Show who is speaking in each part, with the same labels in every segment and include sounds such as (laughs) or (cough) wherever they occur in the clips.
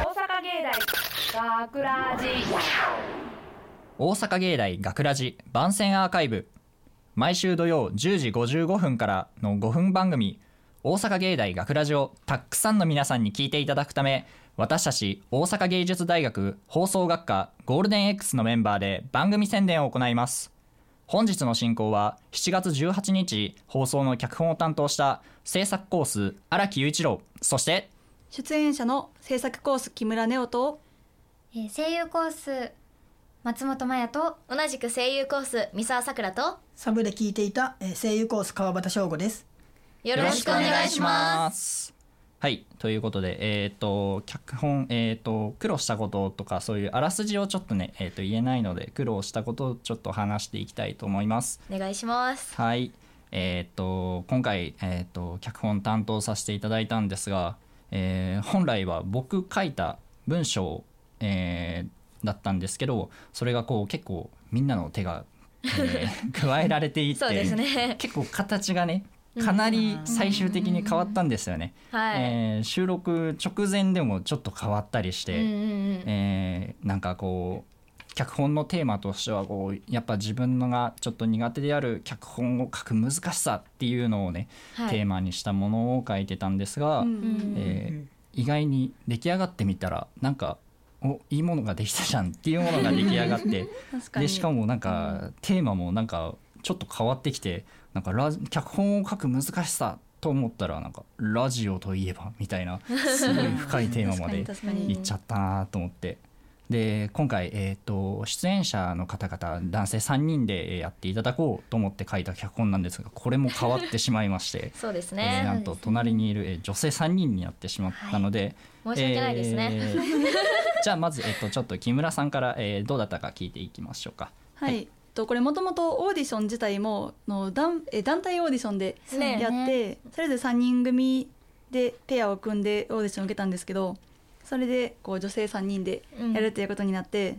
Speaker 1: 大学ラジ
Speaker 2: 大阪芸大学ラジ番宣アーカイブ毎週土曜10時55分からの5分番組「大阪芸大学ラジをたくさんの皆さんに聞いていただくため私たち大阪芸術大学放送学科ゴールデン X のメンバーで番組宣伝を行います本日の進行は7月18日放送の脚本を担当した制作コース荒木雄一郎そして
Speaker 3: 出演者の制作コース木村ネオと
Speaker 4: えー声優コース松本麻也と
Speaker 5: 同じく声優コース三沢さくらと
Speaker 6: サブで聞いていた、えー声優コース川端翔吾です。
Speaker 5: よろしくお願いします
Speaker 2: す。はいということで、えー、と脚本、えー、と苦労したこととかそういうあらすじをちょっとね、えー、と言えないので苦労したことをちょっと話していきたいと思います。
Speaker 5: お願いします
Speaker 2: はい、えー、と今回、えー、と脚本担当させていただいたんですが、えー本来は僕書いた文章、えーだったんですけどそれがこう結構みんなの手が、え
Speaker 5: (laughs)
Speaker 2: ー加えられていって
Speaker 5: そうですね
Speaker 2: 結構形がねかなり最終的に変わったんですよね。
Speaker 5: はい、
Speaker 2: えー収録直前でもちょっと変わったりして、
Speaker 5: うんうんうん
Speaker 2: えーなんかこう脚本のテーマとしてはこうやっぱ自分のがちょっと苦手である脚本を書く難しさっていうのをね、
Speaker 5: は
Speaker 2: テー
Speaker 5: い、
Speaker 2: マにしたものを書いてたんですが、えー意外に出来上がってみたらなんかおいいものができたじゃんっていうものが出来上が (laughs) って。
Speaker 3: 確
Speaker 2: でしかもなんかテーマもなんかちょっと変わってきてなんかラジ脚本を書く難しさと思ったらなんかラジオといえばみたいなすごい深いテーマまで
Speaker 3: 確かに確か
Speaker 2: い
Speaker 3: に
Speaker 2: っちゃったなと思って。で今回、えー、と出演者の方々男性3人でえーやっていただこうと思って書いた脚本なんですがこれも変わってしまいまして、
Speaker 5: そうです
Speaker 2: えーな
Speaker 5: (laughs) ね
Speaker 2: んと隣にいるえー女性3人になってしまったので、
Speaker 5: 申し訳ないですね、
Speaker 2: えー
Speaker 5: (laughs)
Speaker 2: じゃあまず、えっと、ちょっと木村さんから、えーどうだったか聞いていきましょうか。
Speaker 3: はい、とこれもともとオーディション自体もの団え団体オーディションで
Speaker 5: ね
Speaker 3: やって、それぞれ3人組でペアを組んでオーディションを受けたんですけどそれでこう女性3人でやるっていうことになって、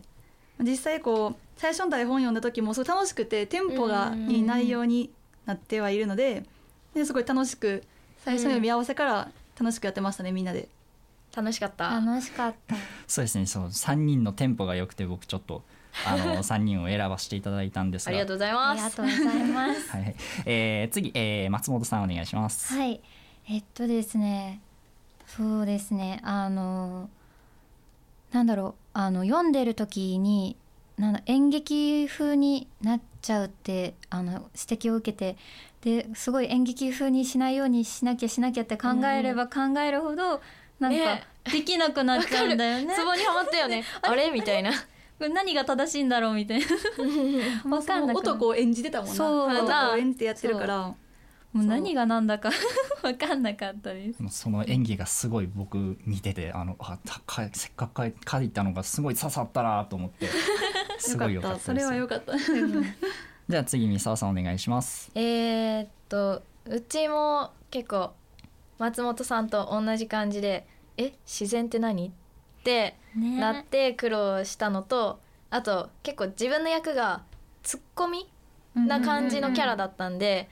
Speaker 3: 実際こう最初の台本読んだ時もすごい楽しくてテンポがいい内容になってはいるのでですごい楽しく最初の読み合わせから楽しくやってましたねみんなで。
Speaker 5: 楽しかった
Speaker 4: 楽しかった
Speaker 2: そうですねその3人のテンポが良くて僕ちょっとあの
Speaker 5: (laughs)
Speaker 2: 3人を選ばせていただいたんです
Speaker 5: あ
Speaker 2: が
Speaker 5: りがとうござい
Speaker 4: あ
Speaker 5: ま
Speaker 4: りが
Speaker 5: す
Speaker 4: とうございます
Speaker 2: はいえー次、えー松本さんお願いします。
Speaker 4: はいえっとですねそうですねあのなんだろうあの読んでる時になんだ演劇風になっちゃうってあの指摘を受けてですごい演劇風にしないようにしなきゃしなきゃって考えれば考えるほど、なん
Speaker 5: ね
Speaker 4: かできなくなっちゃうんだよ
Speaker 5: (laughs)
Speaker 4: ね
Speaker 5: ツ。ボにはまったよ
Speaker 4: (laughs)
Speaker 5: ねあれみたいな
Speaker 4: これ何が正しいんだろうみたいな。わかんなくなる
Speaker 3: 男を演じてたもんな
Speaker 4: そう
Speaker 3: 男を演じてやってるから
Speaker 4: もう何が何だか (laughs) わかんなかったです。
Speaker 2: もうその演技がすごい僕見ててあのあたかせっかく書いたのがすごい刺さったなと思って
Speaker 3: (laughs)
Speaker 2: すごい良
Speaker 3: よ
Speaker 2: か
Speaker 3: か
Speaker 2: っ
Speaker 3: ったた
Speaker 2: です。
Speaker 3: それは良かった
Speaker 2: じゃあ次三沢さんお願いします。
Speaker 5: えーっとうちも結構松本さんと同じ感じで「え自然って何?」って
Speaker 4: ね
Speaker 5: なって苦労したのとあと結構自分の役がツッコミな感じのキャラだったんで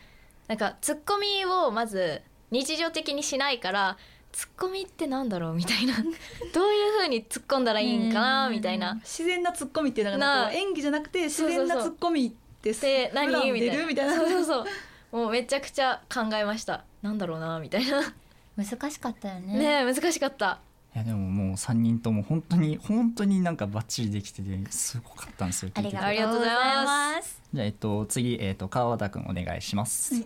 Speaker 5: なんかツッコミをまず日常的にしないからツッコミってなんだろうみたいな
Speaker 4: (laughs)
Speaker 5: どういう風に突っ込んだらいいんかな
Speaker 4: うん
Speaker 5: みたいな
Speaker 3: 自然なツッコミっていうのが
Speaker 5: な
Speaker 3: な
Speaker 5: あ
Speaker 3: んか演技じゃなくて自然なツッコミってす
Speaker 5: で何
Speaker 3: 普段
Speaker 5: みたい
Speaker 3: 出
Speaker 5: な
Speaker 3: るみたいな
Speaker 5: そう
Speaker 3: (laughs)
Speaker 5: そうそうもうめちゃくちゃ考えましたなんだろうなみたいな
Speaker 4: 難しかったよね。
Speaker 5: ねえ難しかった
Speaker 2: いやでももう3人とも本当に (laughs) 本当になんかバッチリできててすごかったんですよ。
Speaker 4: あ
Speaker 2: 聞い
Speaker 4: り
Speaker 2: てて
Speaker 5: あり
Speaker 4: がとうございます。
Speaker 2: じゃあえっと次えっと川端くんお願いします。
Speaker 6: えっ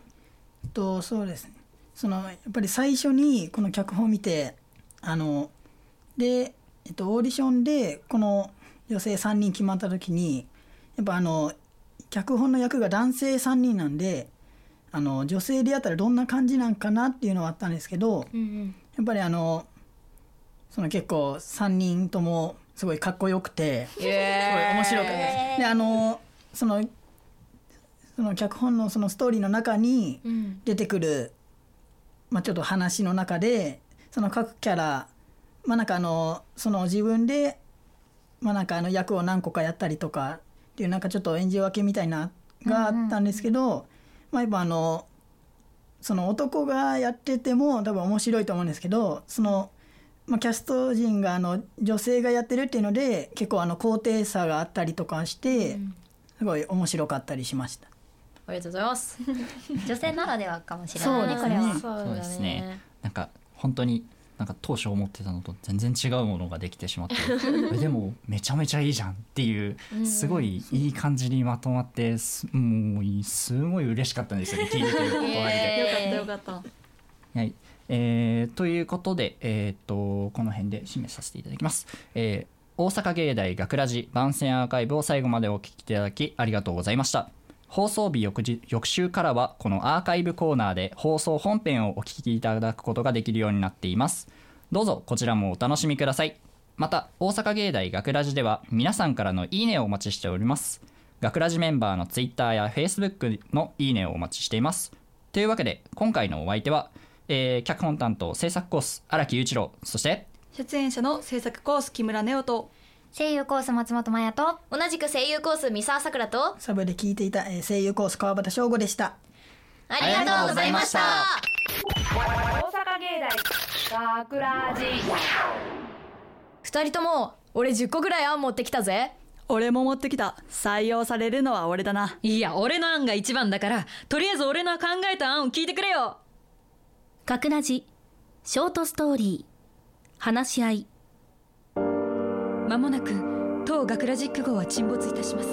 Speaker 6: とそうですね。そのやっぱり最初にこの脚本を見てあのでえっとオーディションでこの女性3人決まった時にやっぱあの脚本の役が男性3人なんであの女性でやったらどんな感じなんかなっていうのはあったんですけど、
Speaker 5: うん
Speaker 6: やっぱりあのその結構3人ともすごいかっこよくて。
Speaker 5: うんえ
Speaker 6: 面白かったです。であのそのその脚本のそのストーリーの中に
Speaker 5: うん
Speaker 6: 出てくる、まあ、ちょっと話の中でその各キャラまあなんかあのその自分でまあなんかあの役を何個かやったりとかっていうなんかちょっと演じ分けみたいながあったんですけど、まあやっぱあのその男がやってても多分面白いと思うんですけどそのまあ、キャスト陣があの女性がやってるっていうので結構あの高低差があったりとかして、すごい面白かったりしました。
Speaker 5: ありがとうございます。
Speaker 4: 女性ならではかもしれないね
Speaker 5: あー
Speaker 4: これは
Speaker 5: そう
Speaker 2: そう
Speaker 5: で
Speaker 2: ですす
Speaker 5: ね
Speaker 2: ね。なんか本当になんか当初思ってたのと全然違うものができてしまって (laughs) えでもめちゃめちゃいいじゃんっていうすごいいい感じにまとまってすもういいすごい嬉しかったんですよね聞 (laughs) いてて
Speaker 5: イ
Speaker 2: 終わりで。
Speaker 5: エーイ
Speaker 3: よかったよかっ
Speaker 2: はい、えーということで、えーっとこの辺で締めさせていただきます、えー大阪芸大学ラジ番宣アーカイブを最後までお聞きいただきありがとうございました放送日翌日翌週からはこのアーカイブコーナーで放送本編をお聞きいただくことができるようになっていますどうぞこちらもお楽しみくださいまた大阪芸大学ラジでは皆さんからのいいねをお待ちしております学ラジメンバーの Twitter や Facebook のいいねをお待ちしていますというわけで今回のお相手は、えー脚本担当制作コース荒木雄一郎そして
Speaker 3: た出演者の制作コース木村ネオと
Speaker 4: 声優コース松本麻也と
Speaker 5: 同じく声優コース三沢さくらと
Speaker 6: サブで聞いていたえー声優コース川端翔吾でした。
Speaker 5: ありがとうございまし
Speaker 2: ありがとうございま
Speaker 5: た。
Speaker 1: 大阪芸大学ラジ
Speaker 5: 二人とも俺10個ぐらい案持ってきたぜ
Speaker 3: 俺も持ってきた採用されるのは俺だない
Speaker 7: や俺の案が一番だからとりあえず俺の考えた案を聞いてくれよ
Speaker 8: 学ラジショートストーリー話し合い
Speaker 7: 間もなく当学ラジック号は沈没いたします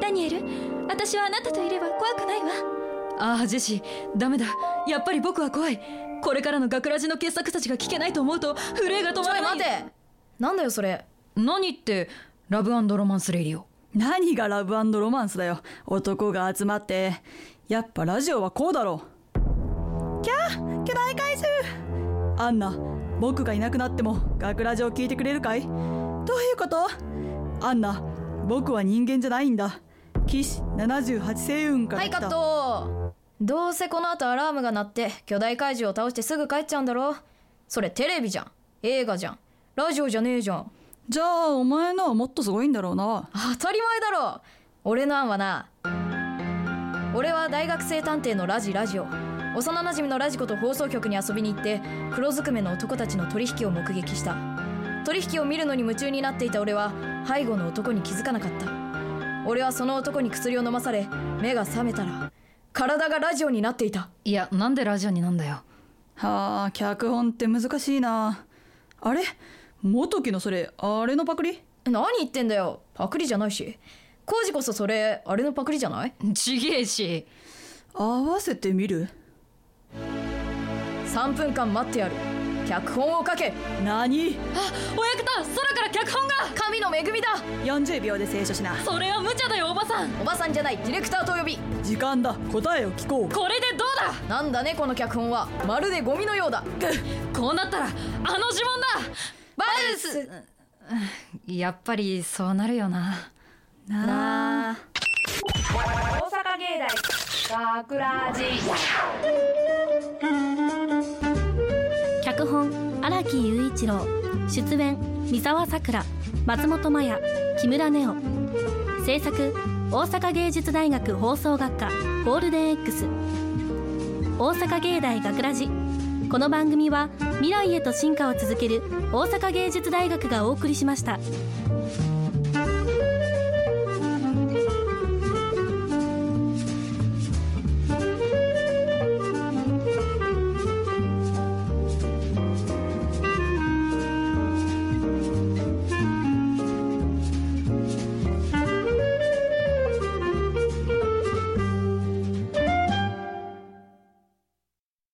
Speaker 8: ダニエル私はあなたといれば怖くないわ
Speaker 7: ああジェシーダメだやっぱり僕は怖いこれからの学ラジの傑作たちが聞けないと思うと震えが止
Speaker 5: ち
Speaker 7: ま
Speaker 5: ょい
Speaker 7: らない
Speaker 5: 待てなんだよそれ
Speaker 7: 何ってラブロマンスレディオ
Speaker 3: 何がラブロマンスだよ男が集まってやっぱラジオはこうだろうキャー巨大怪獣アンナ僕がいなくなっても学ラジを聞いてくれるかいどういうことアンナ僕は人間じゃないんだ騎士78星雲か
Speaker 5: は
Speaker 3: ら
Speaker 5: い
Speaker 3: 来
Speaker 5: カ
Speaker 3: た、
Speaker 5: ットどうせこの後アラームが鳴って巨大怪獣を倒してすぐ帰っちゃうんだろそれテレビじゃん映画じゃんラジオじゃねえじゃん
Speaker 3: じゃあお前のはもっとすごいんだろうな
Speaker 5: 当たり前だろ俺の案はな俺は大学生探偵のラジラジオ幼なじみのラジコと放送局に遊びに行って黒ずくめの男たちの取引を目撃した取引を見るのに夢中になっていた俺は背後の男に気づかなかった俺はその男に薬を飲まされ目が覚めたら体がラジオになっていた
Speaker 7: いやなんでラジオになんだよ
Speaker 3: はあ脚本って難しいなあれ元木のそれあれのパクリ
Speaker 5: 何言ってんだよパクリじゃないしコウジこそそれあれのパクリじゃない
Speaker 7: ちげえし
Speaker 3: 合わせてみる
Speaker 5: 3分間待ってやる脚本を書け
Speaker 3: 何
Speaker 7: お役だ空から脚本が
Speaker 5: 神の恵みだ
Speaker 3: ?40 秒で清書しな
Speaker 7: それは無茶だよおばさん
Speaker 5: おばさんじゃないディレクターと呼び
Speaker 3: 時間だ答えを聞こう
Speaker 7: これでどうだ
Speaker 5: なんだねこの脚本はまるでゴミのようだ
Speaker 7: (laughs) こうなったらあの呪文だ
Speaker 5: バルス
Speaker 7: やっぱりそうなるよな
Speaker 3: なあ
Speaker 1: 大阪芸大学ラジ
Speaker 8: 脚本荒木雄一郎出演三沢さくら松本麻也木村ネオ制作大阪芸術大学放送学科ゴールデン X 大阪芸大学ラジこの番組は未来へと進化を続ける大阪芸術大学がお送りしました。